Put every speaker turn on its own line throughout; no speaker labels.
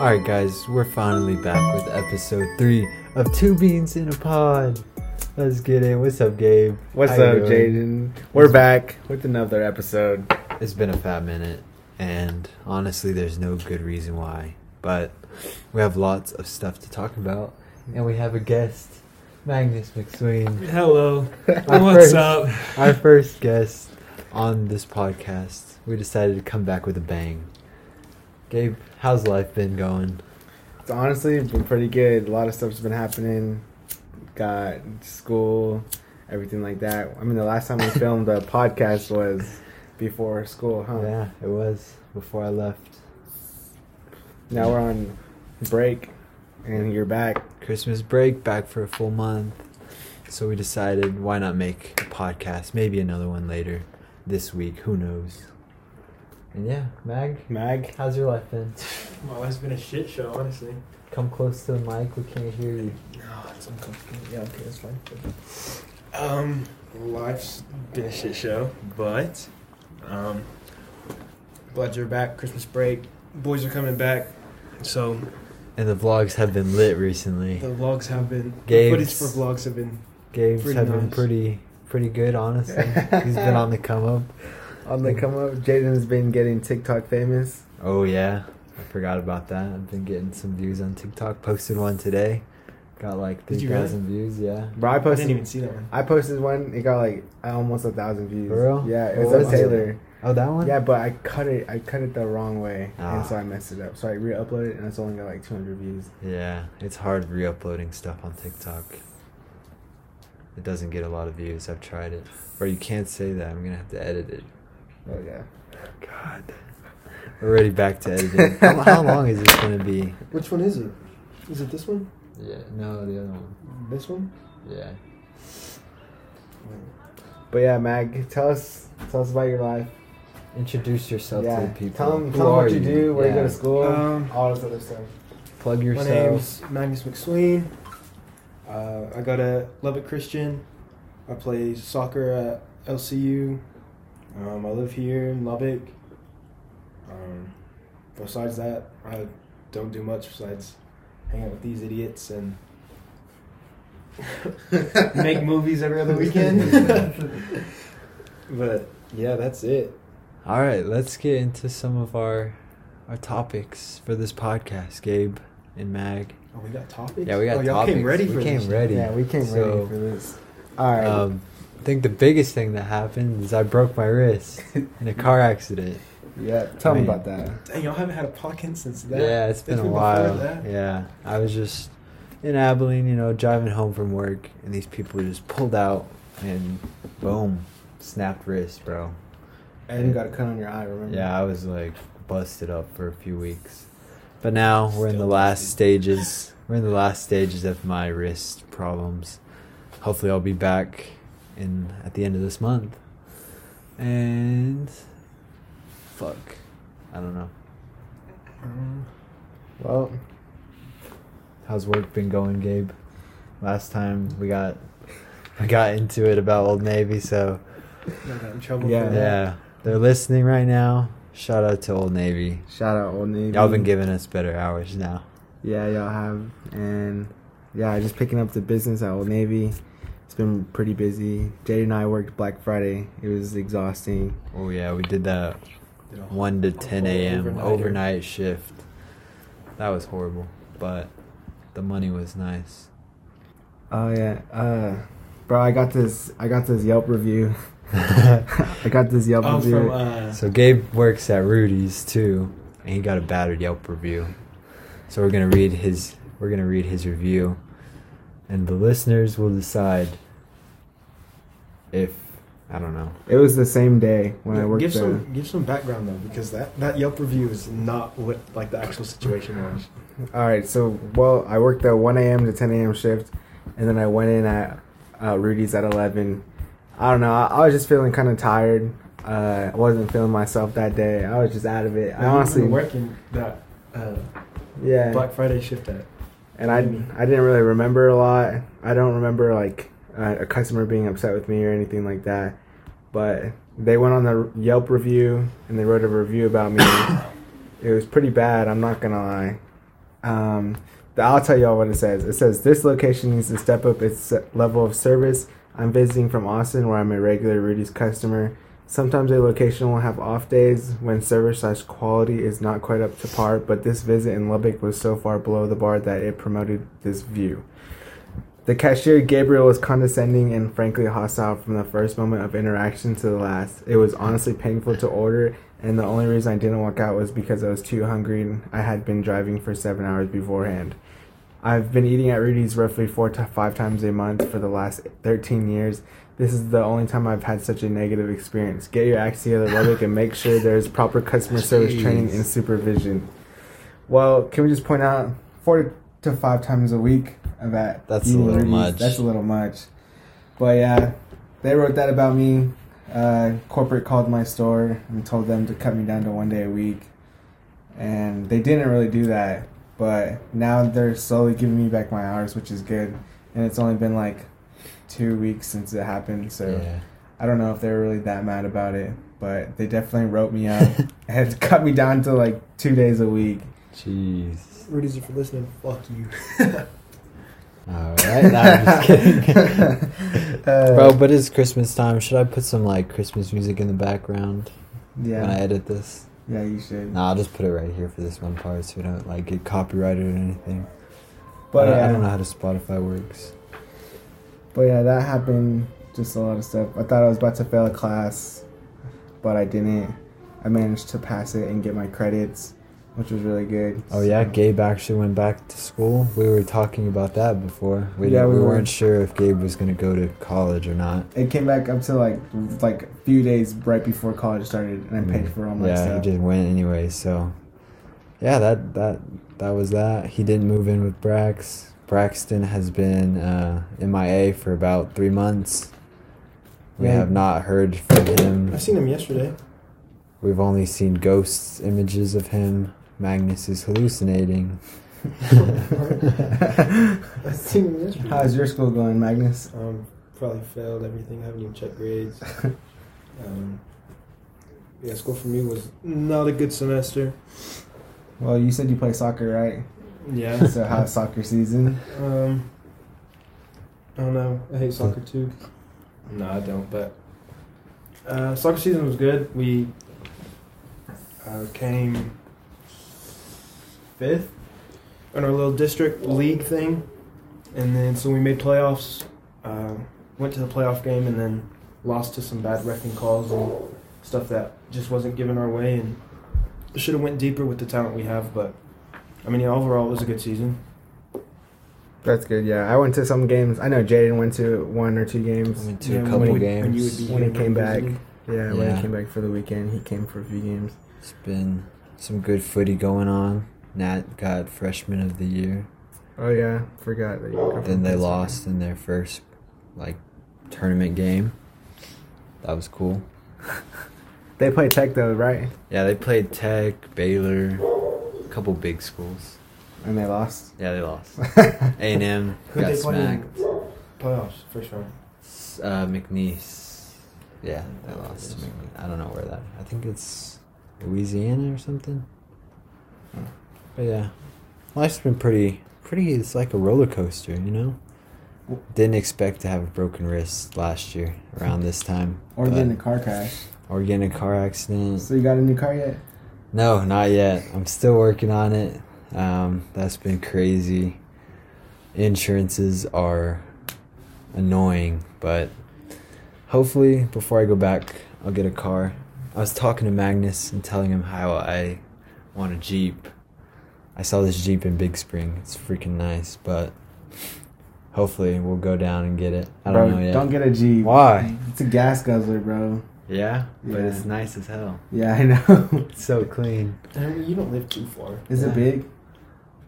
Alright, guys, we're finally back with episode three of Two Beans in a Pod. Let's get in. What's up, Gabe?
What's
How
up,
you doing?
Jaden? We're back with another episode.
It's been a fat minute, and honestly, there's no good reason why. But we have lots of stuff to talk about, and we have a guest, Magnus McSween,
Hello.
Our
What's
first-
up?
our first guest on this podcast. We decided to come back with a bang. Gabe, how's life been going?
It's honestly been pretty good. A lot of stuff's been happening. Got school, everything like that. I mean, the last time we filmed a podcast was before school, huh?
Yeah, it was before I left.
Now we're on break, and you're back.
Christmas break, back for a full month. So we decided why not make a podcast, maybe another one later this week, who knows. And yeah, Mag,
Mag,
how's your life been?
My life's been a shit show, honestly.
Come close to the mic, we can't hear you.
No, it's uncomfortable. Yeah, okay, that's fine. Um, life's been a shit show, but um, glad you're back. Christmas break, boys are coming back, so
And the vlogs have been lit recently.
the vlogs have been.
Gabe's-
The footage for vlogs have been.
Gabe's
Pretty
have been
nice.
pretty pretty good, honestly. He's been on the come up.
on the come up, Jaden's been getting TikTok famous.
Oh yeah, I forgot about that. I've been getting some views on TikTok. Posted one today, got like
Did
three
you really?
thousand views. Yeah.
Bro, I
I
posted.
didn't even see that one.
I posted one. It got like almost a thousand views.
For real?
Yeah, it
What
was
was
a
it?
Taylor.
Oh, that one.
Yeah, but I cut it. I cut it the wrong way,
Ah.
and so I messed it up. So I re-uploaded, it, and it's only got like 200 views.
Yeah, it's hard re-uploading stuff on TikTok. It doesn't get a lot of views. I've tried it. Or you can't say that. I'm gonna have to edit it.
Oh yeah.
God. Already back to editing. how, how long is this gonna be?
Which one is it? Is it this one?
Yeah. No, the other one.
This one?
Yeah.
But yeah, Mag, tell us, tell us about your life.
Introduce yourself
yeah.
to the people.
Tell them,
Who
tell 'em
are
what you, do, where you go
Yeah.
to school,
Um,
all this other stuff.
Plug
My
yourself.
name's Magnus McSween. Uh, I go to Lubbock Christian. I play soccer at LCU. Um, I live here in Lubbock. Um, besides that, I don't do much besides hang out with these idiots and make movies every other weekend. but yeah, that's it.
All right, let's get into some of our our topics for this podcast, Gabe and Mag.
Oh, we got topics.
Yeah, we got
oh, y'all
topics.
came ready
We
for
came
this.
ready.
Yeah, we came
So-
ready for this. All right.
Um, I think the biggest thing that happened is I broke my wrist in a car accident.
yeah, tell me
wait.
about that.
Dang, y'all haven't had a podcast since that.
yeah, it's been a
before
while.
that.
Yeah, I was just in Abilene, you know, driving home from work, and these people just pulled out and boom, snapped wrist, bro.
And you got a cut on your eye, remember?
Yeah, I was like busted up for a few weeks. But now we're in the
Still
last
busted.
stages. We're in the last stages of my wrist problems. Hopefully I'll be back in at the end of this month. And fuck. I don't know.
Um,
Well,
How's work been going, Gabe? Last time we got we got into it about Old Navy, so
I got in trouble.
Yeah.
for that.
yeah. They're listening right now. Shout out to Old Navy.
shout out Old Navy.
Y'all been giving us better hours now.
Yeah, y'all have. And yeah, just picking up the business at Old Navy. It's been pretty busy. Jade and I worked Black Friday. It was exhausting.
Oh yeah, we did that
Did a whole-
one to ten a.m.
Overnighter.
overnight shift. That was horrible, but the money was nice.
Oh yeah. Uh bro, I got this I got this Yelp review. I got this Yelp
Oh,
review.
from uh,
so Gabe works at Rudy's too, and he got a battered Yelp review. So we're gonna read his we're gonna read his review, and the listeners will decide if I don't know.
it was the same day when I worked
give
there.
some give some background though, because that that Yelp review is not what like the actual situation was.
All right, so well, I worked the 1 a.m. to 10 a.m. shift, and then I went in at uh, Rudy's at 11. I don't know. I, I was just feeling kind of tired. Uh, I wasn't feeling myself that day. I was just out of it. I honestly,
working that uh,
yeah.
Black Friday shift at.
and I I didn't really remember a lot. I don't remember like uh, a customer being upset with me or anything like that. But they went on the Yelp review and they wrote a review about me. it was pretty bad. I'm not gonna lie. Um, the, I'll tell y'all what it says. It says this location needs to step up its level of service. I'm visiting from Austin, where I'm a regular Rudy's customer. Sometimes a location will have off days when service slash quality is not quite up to par, but this visit in Lubbock was so far below the bar that it promoted this view. The cashier Gabriel was condescending and frankly hostile from the first moment of interaction to the last. It was honestly painful to order, and the only reason I didn't walk out was because I was too hungry and I had been driving for seven hours beforehand. I've been eating at Rudy's roughly four to five times a month for the last 13 years. This is the only time I've had such a negative experience. Get your act together, Lubbock, and make sure there's proper customer service
Jeez.
training and supervision. Well, can we just point out four to five times a week of that?
That's a
eating
little
Rudy's,
much.
That's a little much. But yeah, they wrote that about me. Uh, corporate called my store and told them to cut me down to one day a week. And they didn't really do that. But now they're slowly giving me back my hours, which is good. And it's only been like two weeks since it happened. So
Yeah.
I don't know if they were really that mad about it. But they definitely wrote me up and cut me down to like two days a week.
Jeez.
Rudy's, if you're listening, fuck you.
All right. No, I'm just kidding.
Uh,
Bro, but it's Christmas time. Should I put some like Christmas music in the background when I
yeah,
edit this?
yeah, you should.
Nah, I'll just put it right here for this one part so we don't like get copyrighted or anything.
But
I, don't- I
yeah.
don't know how the Spotify works.
But yeah, that happened. Just a lot of stuff. I thought I was about to fail a class, but I didn't. I managed to pass it and get my credits, which was really good.
Oh yeah,
So-
Gabe actually went back to school. We were talking about that before. We
Yeah,
didn't,
we
we,
were.
weren't sure if Gabe was gonna go to college or not.
It came back up to like like a few days right before college started, and I paid for all my
Mm. yeah,
stuff.
he just went anyway. So, yeah, that that that was that. He didn't move in with Brax. Braxton has been uh, MIA for about three months. We
Yeah.
have not heard from him.
I seen him yesterday.
We've only seen ghosts images of him. Magnus is hallucinating.
I seen him yesterday.
How's your school going, Magnus?
Um, probably failed everything. I haven't even checked grades. Um, yeah, school for me was not a good semester.
Well, you said you play soccer, right?
Yeah.
So how's soccer season?
Um, I don't know. I hate soccer too. No, I don't. But uh, soccer season was good. We uh, came fifth in our little district league thing, and then so we made playoffs. Uh, went to the playoff game and then lost to some bad wrecking calls and stuff that just wasn't given our way and should have went deeper with the talent we have. But I mean, yeah, overall, it was a good season.
That's good. Yeah, I went to some games. I know Jaden went to one or two games.
Went to
Yeah,
a
when
couple
you would-
games.
you would be
When he
here
came back.
visiting.
Yeah, when
Yeah.
he came back for the weekend, he came for a few games.
It's been some good footy going on. Nat got freshman of the year.
Oh yeah, forgot. That you were
Then
from
they
Pittsburgh.
lost in their first like tournament game. That was cool.
They play Tech though, right?
Yeah, they played Tech, Baylor, a couple big schools.
And they lost.
Yeah, they lost.
oh
A and M
Who'd
got
they play in
smacked.
Playoffs, first round.
S- Uh, McNeese. Yeah, they lost. to McNeese. I don't know where that. I think it's Louisiana or something.
Oh.
But yeah, life's been pretty pretty. It's like a roller coaster, you know. Didn't expect to have a broken wrist last year around this time.
Or
but- Mm.
get in a car crash.
or get in a car accident.
So you got a new car yet?
No, not yet. I'm still working on it. Um, that's been crazy. Insurances are annoying, but hopefully before I go back, I'll get a car. I was talking to Magnus and telling him how I want a Jeep. I saw this Jeep in Big Spring. It's freaking nice, but hopefully we'll go down and get it. I don't
bro,
know yet.
Don't get a Jeep.
Why?
It's a gas guzzler, bro.
Yeah, but
Yeah.
it's nice as hell.
Yeah, I know.
It's so clean.
I mean, you don't live too far.
Is
Yeah.
it big?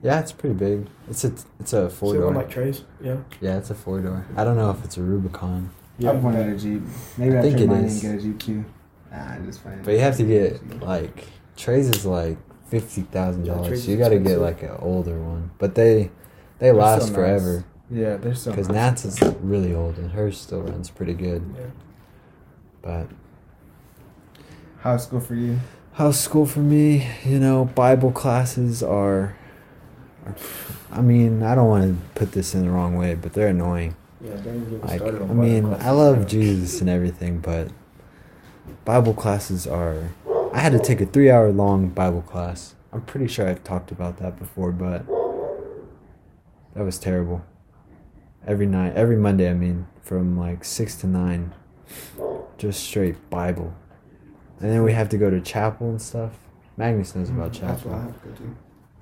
Yeah, it's pretty big. It's a it's a four
So one
door.
like trays. Yeah.
yeah, it's a four door. I don't know if it's a Rubicon,
I've wanted a Jeep. Maybe
I
I'll
think
trade
it
mine
is.
and get a Jeep too. Nah, I'm just playing.
but you have to get like Trey's is like fifty thousand
Yeah,
dollars.
Trey's
You got to get
expensive.
like an older one, but they they
They're
last
so nice.
forever
Yeah, they're so.
because Nat's
nice.
is really old and hers still runs pretty good.
Yeah.
But
How's school for you?
how's school for me? You know, Bible classes are I mean, I don't want to put this in the wrong way, but they're annoying.
Yeah, don't even get me
Like, I
started on Bible
mean,
classes,
I love
bro.
Jesus and everything, but Bible classes are. I had to take a three hour long Bible class. I'm pretty sure I've talked about that before, but that was terrible. Every night, every Monday, I mean, from like 6 to 9, just straight Bible. And then we have to go to chapel and stuff. Magnus knows about
Mm, That's what I
chapel.
have to go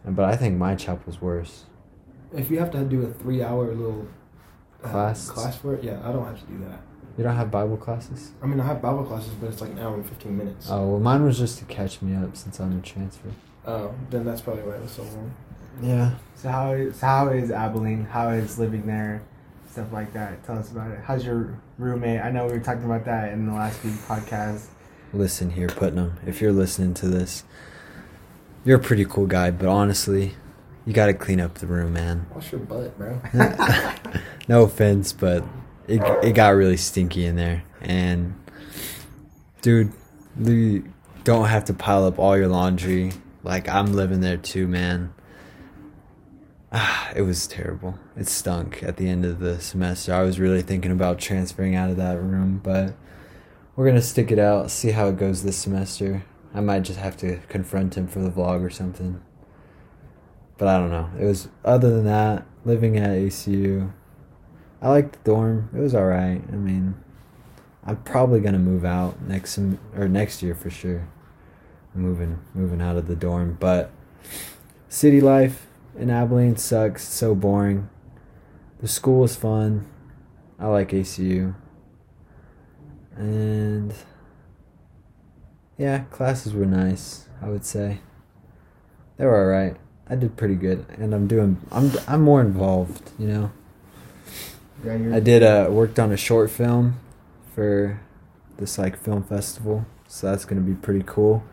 to.
But I think my chapel's worse.
If you have to do a three-hour little uh,
Class?
class for it, yeah, I don't have to do that.
You don't have Bible classes?
I mean, I have Bible classes, but it's like an hour and fifteen minutes.
Oh, well, mine was just to catch me up since I'm a transfer.
Oh, then that's probably why it was so long.
Yeah.
So how is how is Abilene? How is living there? Stuff like that. Tell us about it. How's your roommate? I know we were talking about that in the last few podcasts.
Listen here, Putnam. If you're listening to this, you're a pretty cool guy, but honestly, you gotta clean up the room, man.
Wash your butt, bro.
no offense, but it it got really stinky in there. And dude, you don't have to pile up all your laundry. Like I'm living there too, man. Ah, it was terrible. It stunk at the end of the semester. I was really thinking about transferring out of that room, but we're gonna stick it out, see how it goes this semester. I might just have to confront him for the vlog or something. But I don't know. It was other than that, living at ACU. I liked the dorm. It was alright. I mean I'm probably gonna move out next sem- or next year for sure. I'm moving moving out of the dorm. But city life in Abilene sucks, it's so boring. The school is fun. I like ACU. And yeah, classes were nice, I would say. They were alright. I did pretty good and I'm doing I'm I'm more involved, you know.
Yeah, you're,
I did uh worked on a short film for this like film festival. So that's gonna be pretty cool.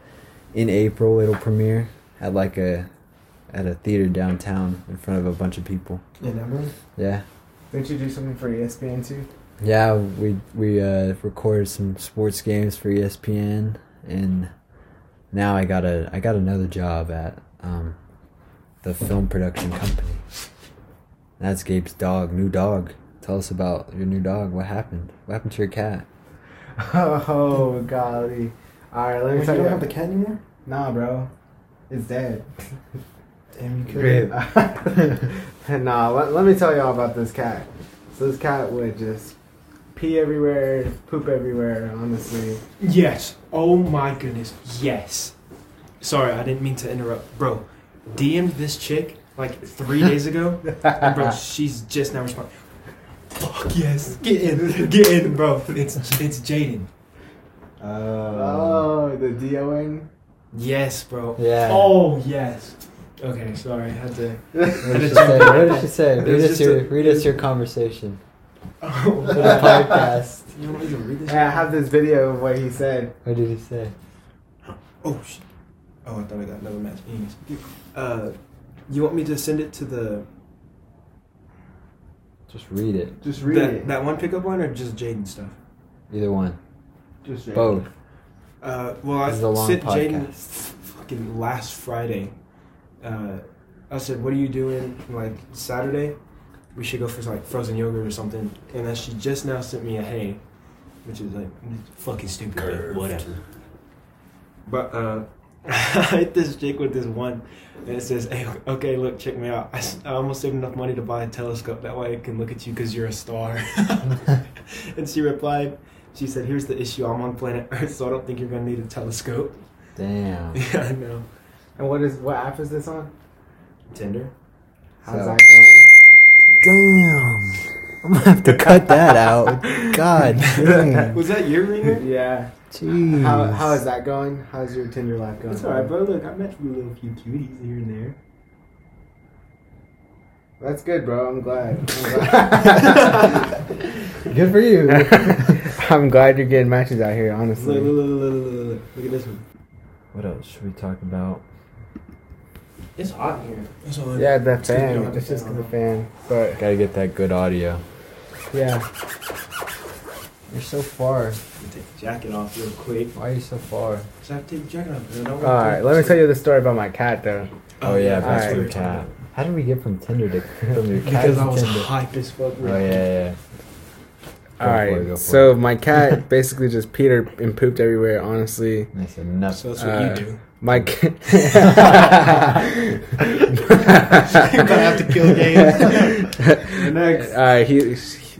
In April it'll premiere at like a at a theater downtown in front of a bunch of people.
Yeah, never.
Yeah.
Didn't you do something for E ESPN too?
Yeah, we we uh recorded some sports games for E ESPN and now I got a I got another job at um the film production company. That's Gabe's dog, new dog. Tell us about your new dog. What happened? What happened to your cat?
Oh golly! All right, let
Wait,
me
you
tell
don't
you.
have the cat anymore?
nah, bro, it's dead.
Damn, you could.
Great.
nah, let, let me tell y'all about this cat. So this cat would just pee everywhere, poop everywhere. Honestly,
Yes. Oh my goodness. Yes. Sorry, I didn't mean to interrupt, bro. DM'd this chick like three days ago, and bro, she's just now responding. Fuck yes, get in, get in, bro. It's it's Jaden.
oh, the DON.
Yes, bro.
Yeah.
Oh yes. Okay, sorry, I had to.
What did she say? What did she say?
There's
Read us
just
your
a-
read us your conversation for the
Oh,
podcast.
you want me to read this?
Yeah, I have this video of what he said.
What did he say?
Oh sh- Oh, I thought I got another match. Anyways, uh, you want me to send it to the
Just read it.
Just read
that,
it.
that one pickup line or just Jaden stuff?
Either one.
Just read
Both.
Uh, well,
This is a
I
long
sent
podcast.
Jaden fucking last Friday. Uh, I said, "What are you doing?" Like Saturday, we should go for like frozen yogurt or something. And then she just now sent me a hey, which is like fucking stupid, but whatever. But uh, I hit this chick with this one, and it says, "Hey, okay, look, check me out. I, s- I almost saved enough money to buy a telescope. That way, I can look at you because you're a star." and she replied. She said, "Here's the issue. I'm on planet Earth, so I don't think you're gonna need a telescope."
Damn.
Yeah, I know.
And what is what app is this on?
Tinder.
How's
So-
that going?
Damn. I'm gonna have to cut that out. God damn.
Was that your ringer?
Yeah.
Jeez.
How, how is that going? How's your Tinder life going?
That's all right, bro. Look, I met you little few cuties here and there.
That's good, bro. I'm glad. I'm glad. good for you. I'm glad you're getting matches out here.
Look, look,
Honestly.
look, look, look, look, look. Look at this one.
What else should we talk about?
It's hot in here. That's all.
Yeah, the
just 'cause we
fan.
don't have
It's
the
just
fan
'cause the
on.
fan. But
Gotta get that good audio.
yeah,
You're so far.
Take the jacket off real quick.
Why are you so far?
So I have to take the jacket off.
all right. Let me tell you the story about my cat, though.
Oh, yeah,
that's
what
your
we're talking
cat.
about.
How did we get from Tinder to from your cat
Because
to
I was
Tinder?
hype as fuck.
Oh yeah, yeah. Go
All
for it, go for
right. So
it.
my cat basically just peed and pooped everywhere. Honestly,
And I said, "No."
So that's what
Uh,
you do.
my cat.
You're gonna have to kill game. The next.
Uh, he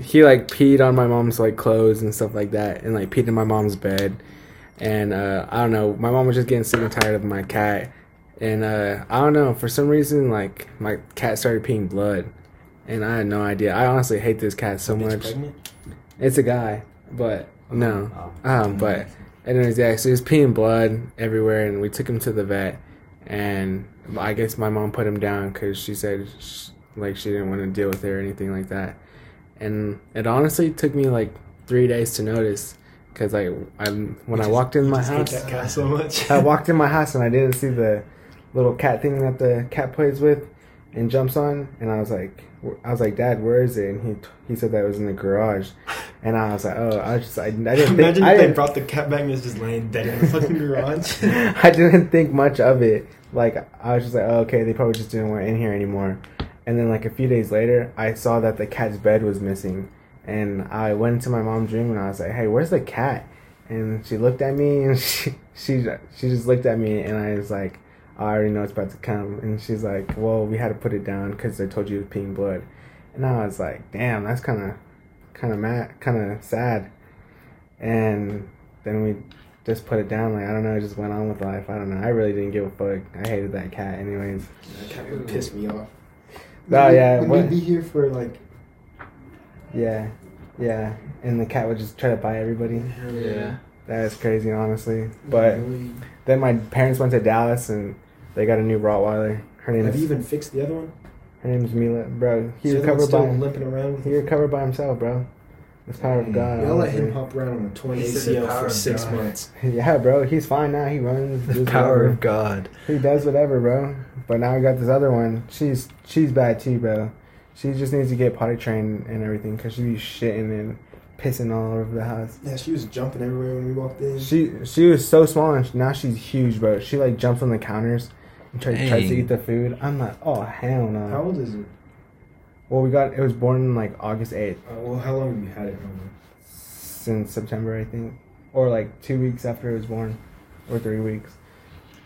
he like peed on my mom's like clothes and stuff like that, and like peed in my mom's bed, and uh, I don't know. My mom was just getting sick and tired of my cat, and uh, I don't know for some reason like my cat started peeing blood, and I had no idea. I honestly hate this cat so
Bitch
much.
pregnant?
It's a guy, but no.
Oh.
Um, but anyways, yeah, so he was peeing blood everywhere, and we took him to the vet, and I guess my mom put him down because she said sh like she didn't want to deal with it or anything like that, and it honestly took me like three days to notice because like I when I
just-
walked in
you
my
just hate
house,
that cat so much.
I walked in my house and I didn't see the little cat thing that the cat plays with and jumps on, and I was like, I was like, Dad, where is it? And he he said that it was in the garage, and I was like, oh, I was just I, I didn't think,
Imagine
I
if they
didn't,
brought the cat back and it's just laying dead in the fucking garage.
I didn't think much of it. Like I was just like, oh, okay, they probably just didn't want it in here anymore. And then like a few days later, I saw that the cat's bed was missing, and I went into my mom's room and I was like, hey, where's the cat? And she looked at me and she she she just looked at me and I was like, I already know it's about to come. And she's like, well, we had to put it down because I told you it was peeing blood. And I was like, damn, that's kind of kind of mad, kind of sad. And then we just put it down. Like I don't know, it just went on with life. I don't know. I really didn't give a fuck. I hated that cat, anyways.
that cat would piss me off.
No, Oh, yeah,
We'd
what-
be here for like.
Yeah, yeah. And the cat would just try to bite everybody.
Yeah.
That is crazy, honestly. But then my parents went to Dallas and they got a new Rottweiler. Her name
Have you
is
even fixed the other one?
her name's Mila, bro. He
the other one's
recovered
still
by
limping around with
he recovered by himself, bro. It's power of God.
Y'all let him
honestly.
hop around on a torn
He said the
ACL
power
for
of
six
God.
months.
Yeah, bro. He's fine now. He runs.
The
does
power
whatever.
of God.
He does whatever, bro. But now I got this other one. She's she's bad too, bro. She just needs to get potty trained and everything because she be shitting and pissing all over the house.
Yeah, she was jumping everywhere when we walked in.
She she was so small and now she's huge, bro. She like jumps on the counters and try, tries to
Dang.
eat the food. I'm like, oh hell no.
How old is it?
Well, we got it was born in like August eighth,
Uh, well, how long have you had it? Roman?
since September I think, or like two weeks after it was born, or three weeks.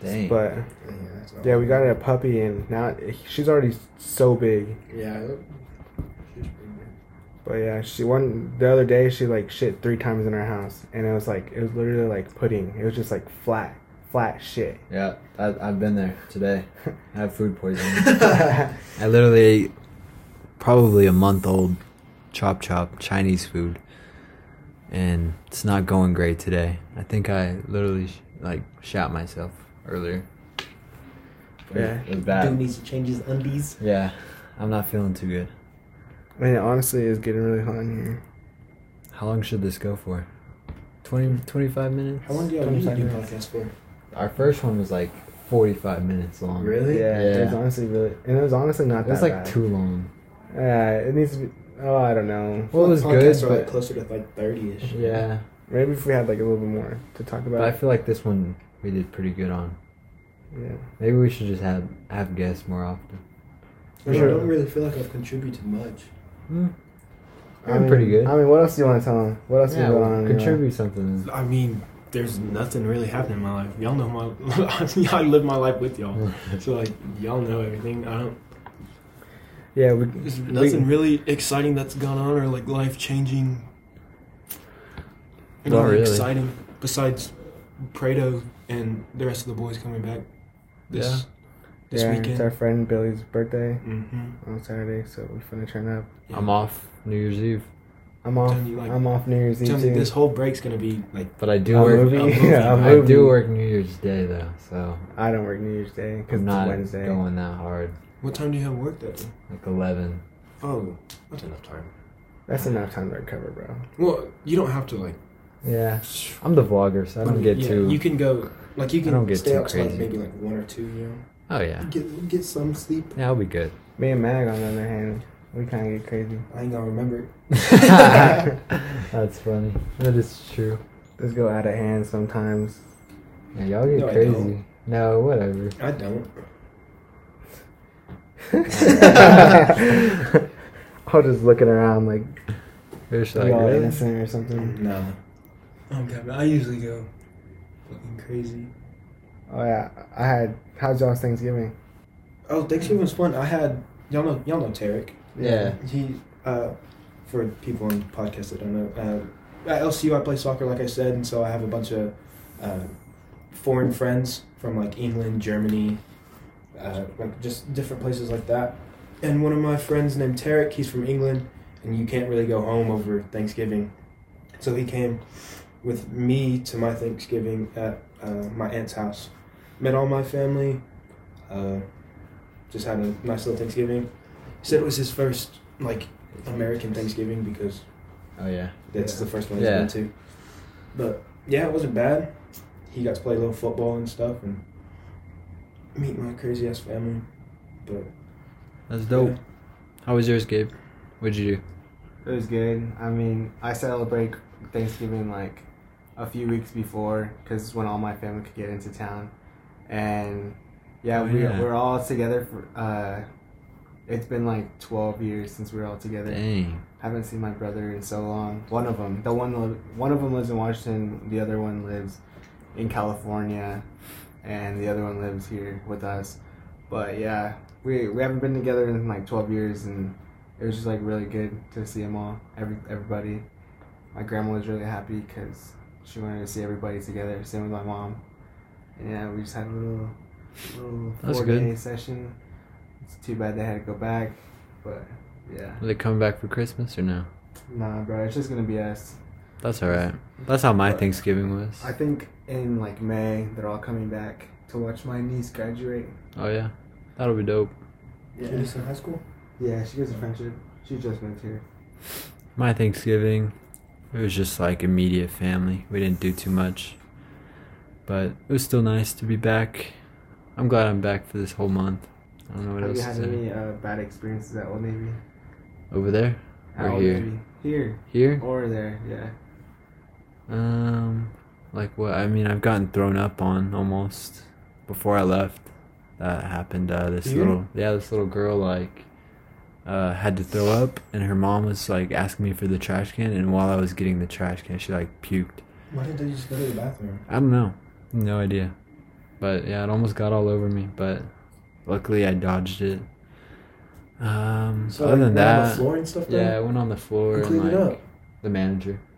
Dang.
But
Yeah, that's not
yeah, we
long.
got her a puppy and now she's already so big.
Yeah. that- she's pretty good.
But yeah, she one the other day she like shit three times in our house, and it was like it was literally like pudding. It was just like flat, flat shit.
yeah, I, I've been there today. I have food poisoning. I literally ate probably a month old chop chop Chinese food, and it's not going great today. I think I literally sh- like shot myself earlier. It was-
Yeah.
it was bad.
Dude needs to change his undies.
Yeah, I'm not feeling too good.
Man, it honestly is getting really hot in here.
How long should this go for? 20, 25 minutes?
How long do y'all
Twenty
usually do
seconds.
podcasts for?
Our first one was like 45 minutes long.
Really?
Yeah, it was
Yeah.
honestly really, and it was honestly not
It
that
was like
bad.
too long.
Yeah, it needs to be. Oh, I don't know.
Well, it was
Podcasts
good,
are like
but
closer to like thirty ish.
yeah.
Maybe if we had like a little bit more to talk
But I
about.
feel like this one we did pretty good on.
Yeah.
Maybe we should just have have guests more often.
I
Sure.
don't really feel like I've contributed much.
Hmm.
I
I'm
mean,
pretty good.
I mean, what else do you want to tell them? What else
yeah,
do you
well,
want to
contribute something.
I mean, there's nothing really happening in my life. Y'all know my, I live my life with y'all, so like y'all know everything. I don't.
Yeah, we.
There's
we-
nothing really exciting that's gone on or like life changing.
Not really.
exciting besides Prado and the rest of the boys coming back this
Yeah.
this
yeah,
weekend.
it's our friend Billy's birthday
hmm
on Saturday, so we're finna turn up.
I'm off New Year's Eve,
I'm off.
Tell me, like-
I'm off New Year's Eve
Tell me,
too.
this whole break's gonna be like
but I do
A
work.
movie?
a
Yeah, a
I
movie.
do work New Year's Day though, so
I don't work New Year's Day because
I'm
it's
not
Wednesday.
going that hard.
what time do you have work that day?
Like 11.
Oh, that's enough time.
That's enough time to recover, bro.
Well, you don't have to like.
Yeah, I'm the vlogger, so I don't get
yeah,
too.
You can go like you
I
can
don't get
stay
too
out till like
crazy.
maybe like one or two. You know,
oh yeah,
get get some sleep.
yeah, I'll be good.
Me and Mag, on the other hand, we kind of get crazy.
I ain't gonna remember.
That's funny. That is true.
Let's go out of hand sometimes.
Yeah, y'all get
No, I
crazy.
don't.
No, whatever.
I don't.
I was just looking around like,
They're just
like
like,
all
really? Mm-hmm.
innocent or something.
No. Oh god, but I usually go fucking crazy.
Oh yeah, I had. How's y'all's Thanksgiving?
Oh, Thanksgiving was fun. I had y'all know y'all know Tarek.
Yeah.
He uh, for people on podcasts that don't know, uh, at LCU I play soccer like I said, and so I have a bunch of uh, foreign friends from like England, Germany, uh, like just different places like that. And one of my friends named Tarek, he's from England, and you can't really go home over Thanksgiving, so he came with me to my Thanksgiving at uh, my aunt's house. Met all my family. Uh, just had a nice little Thanksgiving. He said it was his first like American Thanksgiving because
Oh yeah.
that's the first one he's
Yeah.
been to. But yeah, it wasn't bad. He got to play a little football and stuff and meet my crazy ass family. But
That's dope. How was yours, Gabe? What'd you do?
It was good. I mean, I celebrate Thanksgiving like a few weeks before because when all my family could get into town, and yeah,
Oh,
we
yeah.
we're all together for. Uh, it's been like twelve years since we were all together.
Dang.
Haven't seen my brother in so long. One of them, the one li- one of them lives in Washington. The other one lives in California, and the other one lives here with us. But yeah, we we haven't been together in like twelve years, and it was just like really good to see them all, every everybody. My grandma was really happy because she wanted to see everybody together. Same with my mom. And yeah, we just had a little little
That's
four
good.
day session. It's too bad they had to go back, but yeah.
Will they come back for Christmas or no?
Nah, bro, it's just gonna be us.
That's all right. That's how my
But-
Thanksgiving was.
Uh, I think in like May they're all coming back to watch my niece graduate.
Oh yeah, that'll be dope.
yeah. this in high school?
yeah, she goes to friendship. She just moved here.
My Thanksgiving, it was just like immediate family. We didn't do too much, but it was still nice to be back. I'm glad I'm back for this whole month. I don't know what
Have
else
you
to
had
say.
any uh, bad experiences at Old Navy?
Over there
At
or
Old
here?
Navy. Here
Here?
or there? Yeah.
Um, like what? I mean, I've gotten thrown up on almost before I left. That happened. Uh, this
You?
little yeah, this little girl like uh had to throw up, and her mom was like asking me for the trash can, and while I was getting the trash can, she like puked.
Why didn't they just go to the bathroom?
I don't know. No idea. But yeah, it almost got all over me, but luckily I dodged it. Um
So
other than
like, went on
that
the floor and stuff. then?
Yeah, I went on the floor
Who
and
cleaned
like
it up?
the manager.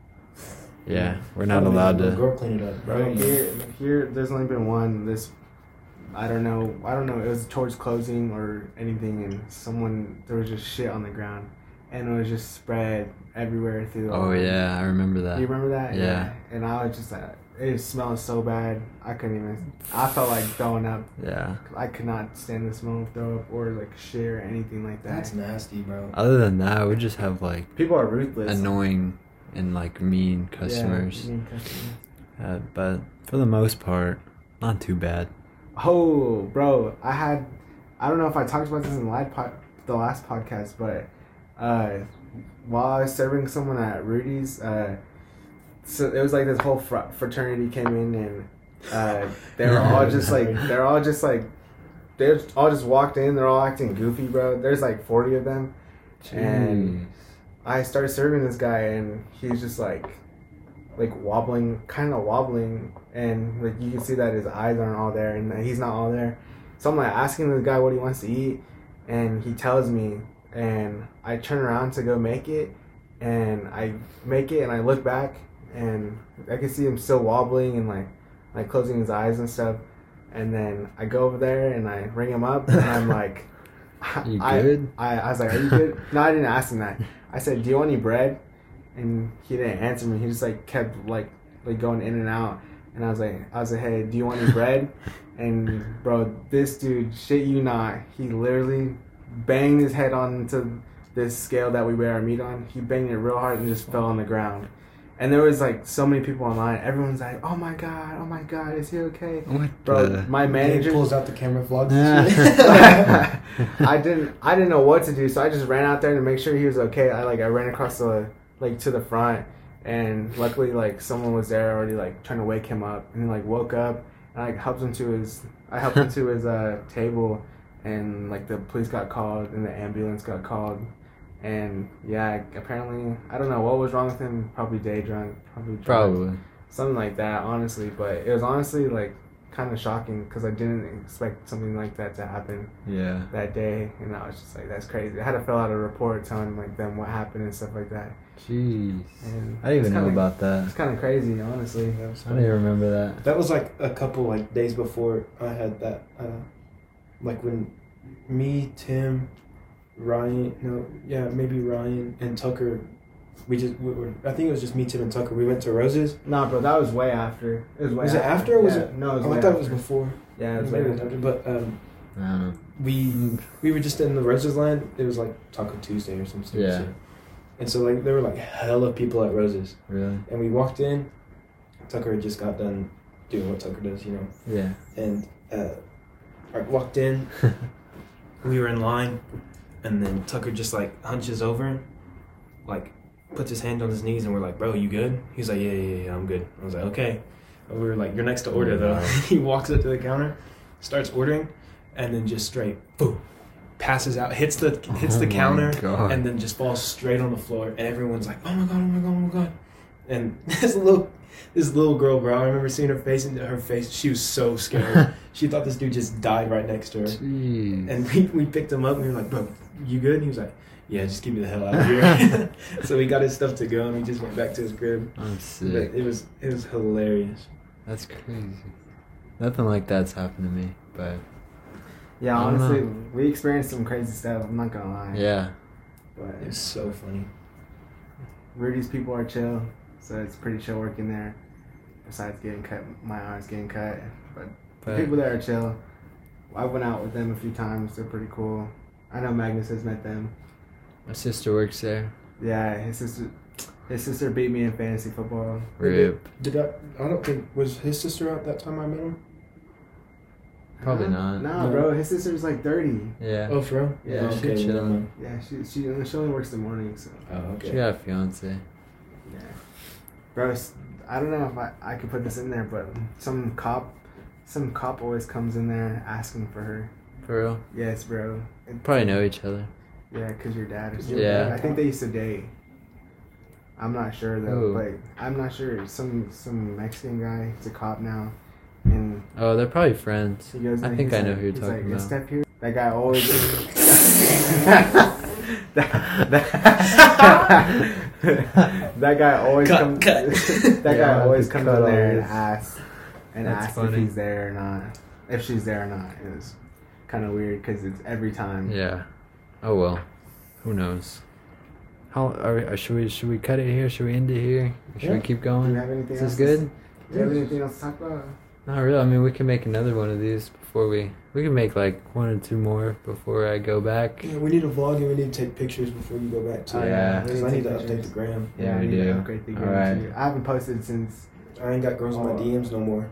Yeah, we're
I
not
don't think
allowed
the little
to
Girl clean it up, bro.
Right here, here. There's only been one. This, I don't know. I don't know. It was towards closing or anything, and someone there was just shit on the ground, and it was just spread everywhere through.
Oh
um,
yeah, I remember
Do you
that.
remember that?
Yeah.
And I was just like, it smelled so bad. I couldn't even. I felt like throwing up.
Yeah.
I could not stand the smell of throw up or like shit or anything like that.
That's nasty, bro.
Uh,
Other than that, we just have like
People are ruthless.
annoying and like mean
Yeah,
customers.
mean customers.
Uh, but for the most part, not too bad.
Oh, bro, I had. I don't know if I talked about this in the, live pod, the last podcast, but uh, while I was serving someone at Rudy's, uh, so it was like this whole fr- fraternity came in and uh, they were all just like they're all just like they all just walked in. They're all acting goofy, bro. There's like forty of them. And- I started serving this guy, and he's just like, like wobbling, kind of wobbling, and like you can see that his eyes aren't all there, and that he's not all there. So I'm like asking this guy what he wants to eat, and he tells me, and I turn around to go make it, and I make it, and I look back, and I can see him still wobbling and like, like closing his eyes and stuff, and then I go over there and I ring him up, and I'm like,
You
I-
good?
I, I was like, "Are you good?" no, I didn't ask him that. I said, "Do you want any bread?" And he didn't answer me. He just like kept like like going in and out. And I was like, I was like, "Hey, do you want any bread?" And bro, this dude, shit you not, he literally banged his head onto this scale that we weigh our meat on. He banged it real hard and just fell on the ground. And there was like so many people online. Everyone's like, "Oh my god, oh my god, is he okay?"
What
Bro,
the-
my
He
manager
pulls out the camera vlogs.
Yeah.
And shit.
I didn't I didn't know what to do, so I just ran out there to make sure he was okay. I like I ran across the like to the front and luckily like someone was there already like trying to wake him up and he like woke up and I like, helped him to his I helped him to his uh table and like the police got called and the ambulance got called, and yeah, apparently I don't know what was wrong with him. Probably day drunk. Probably drunk,
Probably.
something like that. Honestly, but it was honestly like kind of shocking because I didn't expect something like that to happen
Yeah.
that day, and I was just like, that's crazy. I had to fill out a report telling like them what happened and stuff like that.
Jeez.
And
I didn't
it's
even know
kinda-
about that.
It's kind of crazy, honestly.
That was
I didn't even remember that.
That was like a couple like days before I had that. Uh, like when me, Tim, Ryan, no, yeah, maybe Ryan and Tucker. We just, we were, I think it was just me, Tim, and Tucker. We went to Roses.
Nah, bro, that was way after. It was way.
Was it
after.
after or was
Yeah,
it-
No, it was
oh,
way
I thought it
after.
was before.
Yeah, it was way
Maybe it was
after.
after, but um,
I don't know.
we we were just in the Roses line. It was like Taco Tuesday or some stupid
Yeah.
shit. And so like there were like hella people at Roses,
Really?
and we walked in. Tucker had just got done doing what Tucker does, you know,
Yeah.
and uh, I walked in. we were in line, and then Tucker just like hunches over, like puts his hand on his knees, and we're like, "Bro, you good?" He's like, "Yeah, yeah, yeah, I'm good." I was like, "Okay." And we were like, "You're next to order, though." he walks up to the counter, starts ordering, and then just straight boom, passes out, hits the hits the
Oh my
counter,
God.
and then just falls straight on the floor. And everyone's like, "Oh my god! Oh my god! Oh my god!" And this little this little girl, bro, I remember seeing her face, and her face, she was so scared. she thought this dude just died right next to her.
Jeez.
And we, we picked him up and we were like, bro, you good? And he was like, yeah, just get me the hell out of here. so we got his stuff to go and we just went back to his crib.
I'm
But
sick.
it was it was hilarious.
That's crazy. Nothing like that's happened to me, but
Yeah,
I don't
honestly,
know.
we experienced some crazy stuff. I'm not gonna lie.
yeah.
But
It was so funny.
Rudy's people are chill, so it's pretty chill working there. Besides getting cut, my arms getting cut, but the
But
people there are chill. I went out with them a few times. They're pretty cool. I know Magnus has met them.
my sister works there.
Yeah, his sister, his sister beat me in fantasy football.
Rip.
Did I I don't think was his sister out that time I met him?
Probably
Huh?
not.
Nah,
No.
bro, his sister's like thirty.
Yeah.
Oh for real?
Yeah,
she
okay.
chilling.
never mind.
Yeah, she she she only works the morning, so
Oh okay.
She got a fiance.
yeah. Bro, s- I don't know if I, I could put this in there, but some cop, some cop always comes in there asking for her.
For real.
Yes, bro. And-
Probably know each other.
Yeah, cause your dad or
'Cause
something.
your dad.
I think they used to date. I'm not sure though,
Ooh.
but I'm not sure. Some some Mexican guy, he's a cop now, and
Oh, they're probably friends.
he goes.
I
in,
think
he's
I know
like-
who you're
he's
talking
like,
about.
Step here. That guy always. that, that, that guy always
Cut,
comes.
cut.
That guy
Yeah,
always
the
comes
cut
in there and
always.
asks, and
That's
asks if
funny.
he's there or not, if she's there or not. It was kind of weird because it's every time.
Yeah. Oh well. Who knows? How are we, uh, should we should we cut it here? Should we end it here? Or should
Yeah.
we keep
Do
going?
you have anything
Is
else?
this
to-
good?
Do you have anything else to talk about?
Not really. I mean, we can make another one of these before we we can make like one or two more before I go back.
Yeah, we need a vlog and we need to take pictures before you go back too.
Oh, yeah.
Because I need to update the gram.
Yeah, we
I need to
do.
upgrade the
All
gram
right.
too. I haven't posted since.
I ain't got girls in my DMs no more.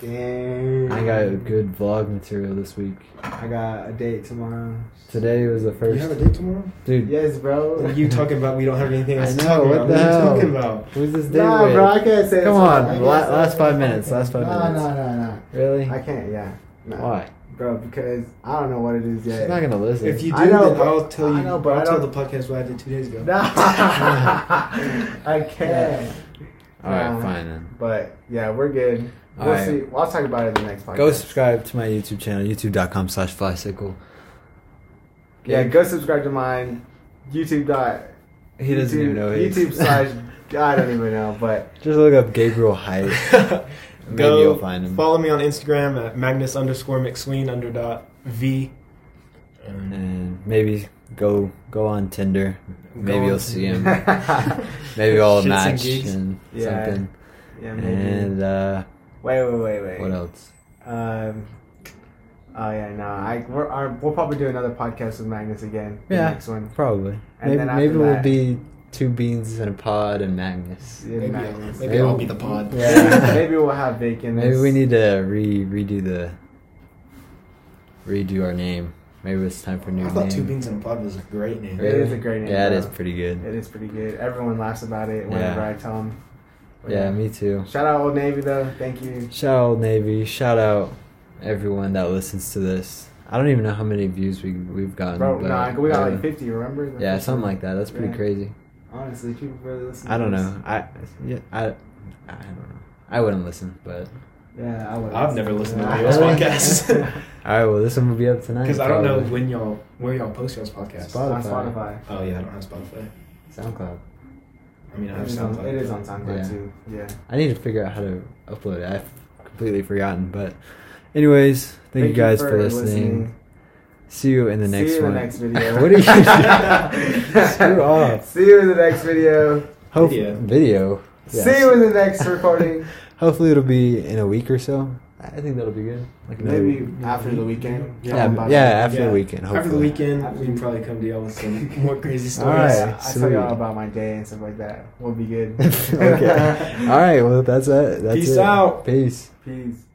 Damn.
I got good vlog material this week.
I got a date tomorrow.
Today was the
You
first.
have a date tomorrow?
Dude,
Yes, bro.
you talking about we don't have anything
I
else to
know,
talk
what
about.
the
what
hell?
are you talking about?
who's this date
Nah,
with?
bro, I can't say.
Come
this.
on,
I can't
la-
say
last
this.
five minutes, last five
no,
minutes.
No, no, no,
Really?
I can't. Yeah. No.
Why?
bro? Because I don't know what it is yet.
She's not gonna listen.
If you do,
I know,
then
but-
I'll tell you.
I know, but
I'll
I
tell the
don't-
podcast what I did two days ago.
No. I can't.
All right,
Nah.
fine then.
But yeah, we're good.
All
We'll
right.
see. Well, I'll talk about it in the next podcast.
Go subscribe to my YouTube channel, youtube.com slash flysickle.
Yeah, go subscribe to mine. YouTube dot.
He doesn't
YouTube,
even know his.
YouTube slash. I don't even know, but
Just look up Gabriel Height. Maybe
Go
you'll find him.
Follow me on Instagram at Magnus underscore McSween under dot V.
and maybe go go on Tinder. Maybe
on
you'll see him.
Tinder.
Maybe I'll
Shits and
match
gigs.
and
Yeah,
something.
yeah, maybe.
And uh,
wait, wait, wait, wait.
what else?
Um. Oh yeah, no. I we're our, we'll probably do another podcast with Magnus again.
Yeah.
The next one.
Probably.
And
maybe
then after
maybe we'll
that-
be two beans and a pod and Magnus.
Yeah,
Maybe, I'll,
Magnus.
maybe I'll be the pod.
Yeah. maybe we'll have bacon.
Maybe we need to re redo the redo our name. Maybe it's time for a new
I thought
name.
two beans in a pod was a great name.
It is a great name,
Yeah, it
though.
is pretty good.
It is pretty good. Everyone laughs about it whenever
Yeah.
I tell them.
Yeah, me too.
Shout out Old Navy though. Thank you.
Shout out Old Navy. Shout out everyone that listens to this. I don't even know how many views we we've gotten.
Bro,
but,
nah, we got
uh,
like 50, remember? The
yeah,
first
something
one.
like that. That's pretty
Yeah.
crazy.
Honestly, people really listen
I
to
don't
us.
know. I yeah, I I don't know. I wouldn't listen, but
Yeah, I would.
I've never listened to
Yeah.
y'all's
Really?
podcast
all right. Well, this one will be up tonight.
because I don't know
probably.
when y'all where y'all post y'all's podcast.
Spotify.
on Spotify.
Oh yeah, I don't have Spotify.
SoundCloud.
I mean, I
it,
have
is on,
SoundCloud.
it is on SoundCloud
Yeah.
too. Yeah.
I need to figure out how to upload it. I've completely forgotten, but anyways, thank, you guys for, listening. See you in the
See
next
you in
one.
the next video.
what are you? Screw off.
See you in the next video.
Hope
Video.
video. Yes.
See you in the next recording.
Hopefully, it'll be in a week or so. I think that'll be good. Like another
Maybe
week.
after the weekend.
Yeah,
Yeah,
about
yeah,
it.
after
Yeah.
the weekend. Hopefully.
After the weekend,
After
we
the-
can probably come to y'all with some more crazy
All
stories.
right, I tell
Sweet.
y'all about my day and stuff like that. We'll be good.
okay. All right. Well, that's it. That's
Peace
it.
out.
Peace.
Peace.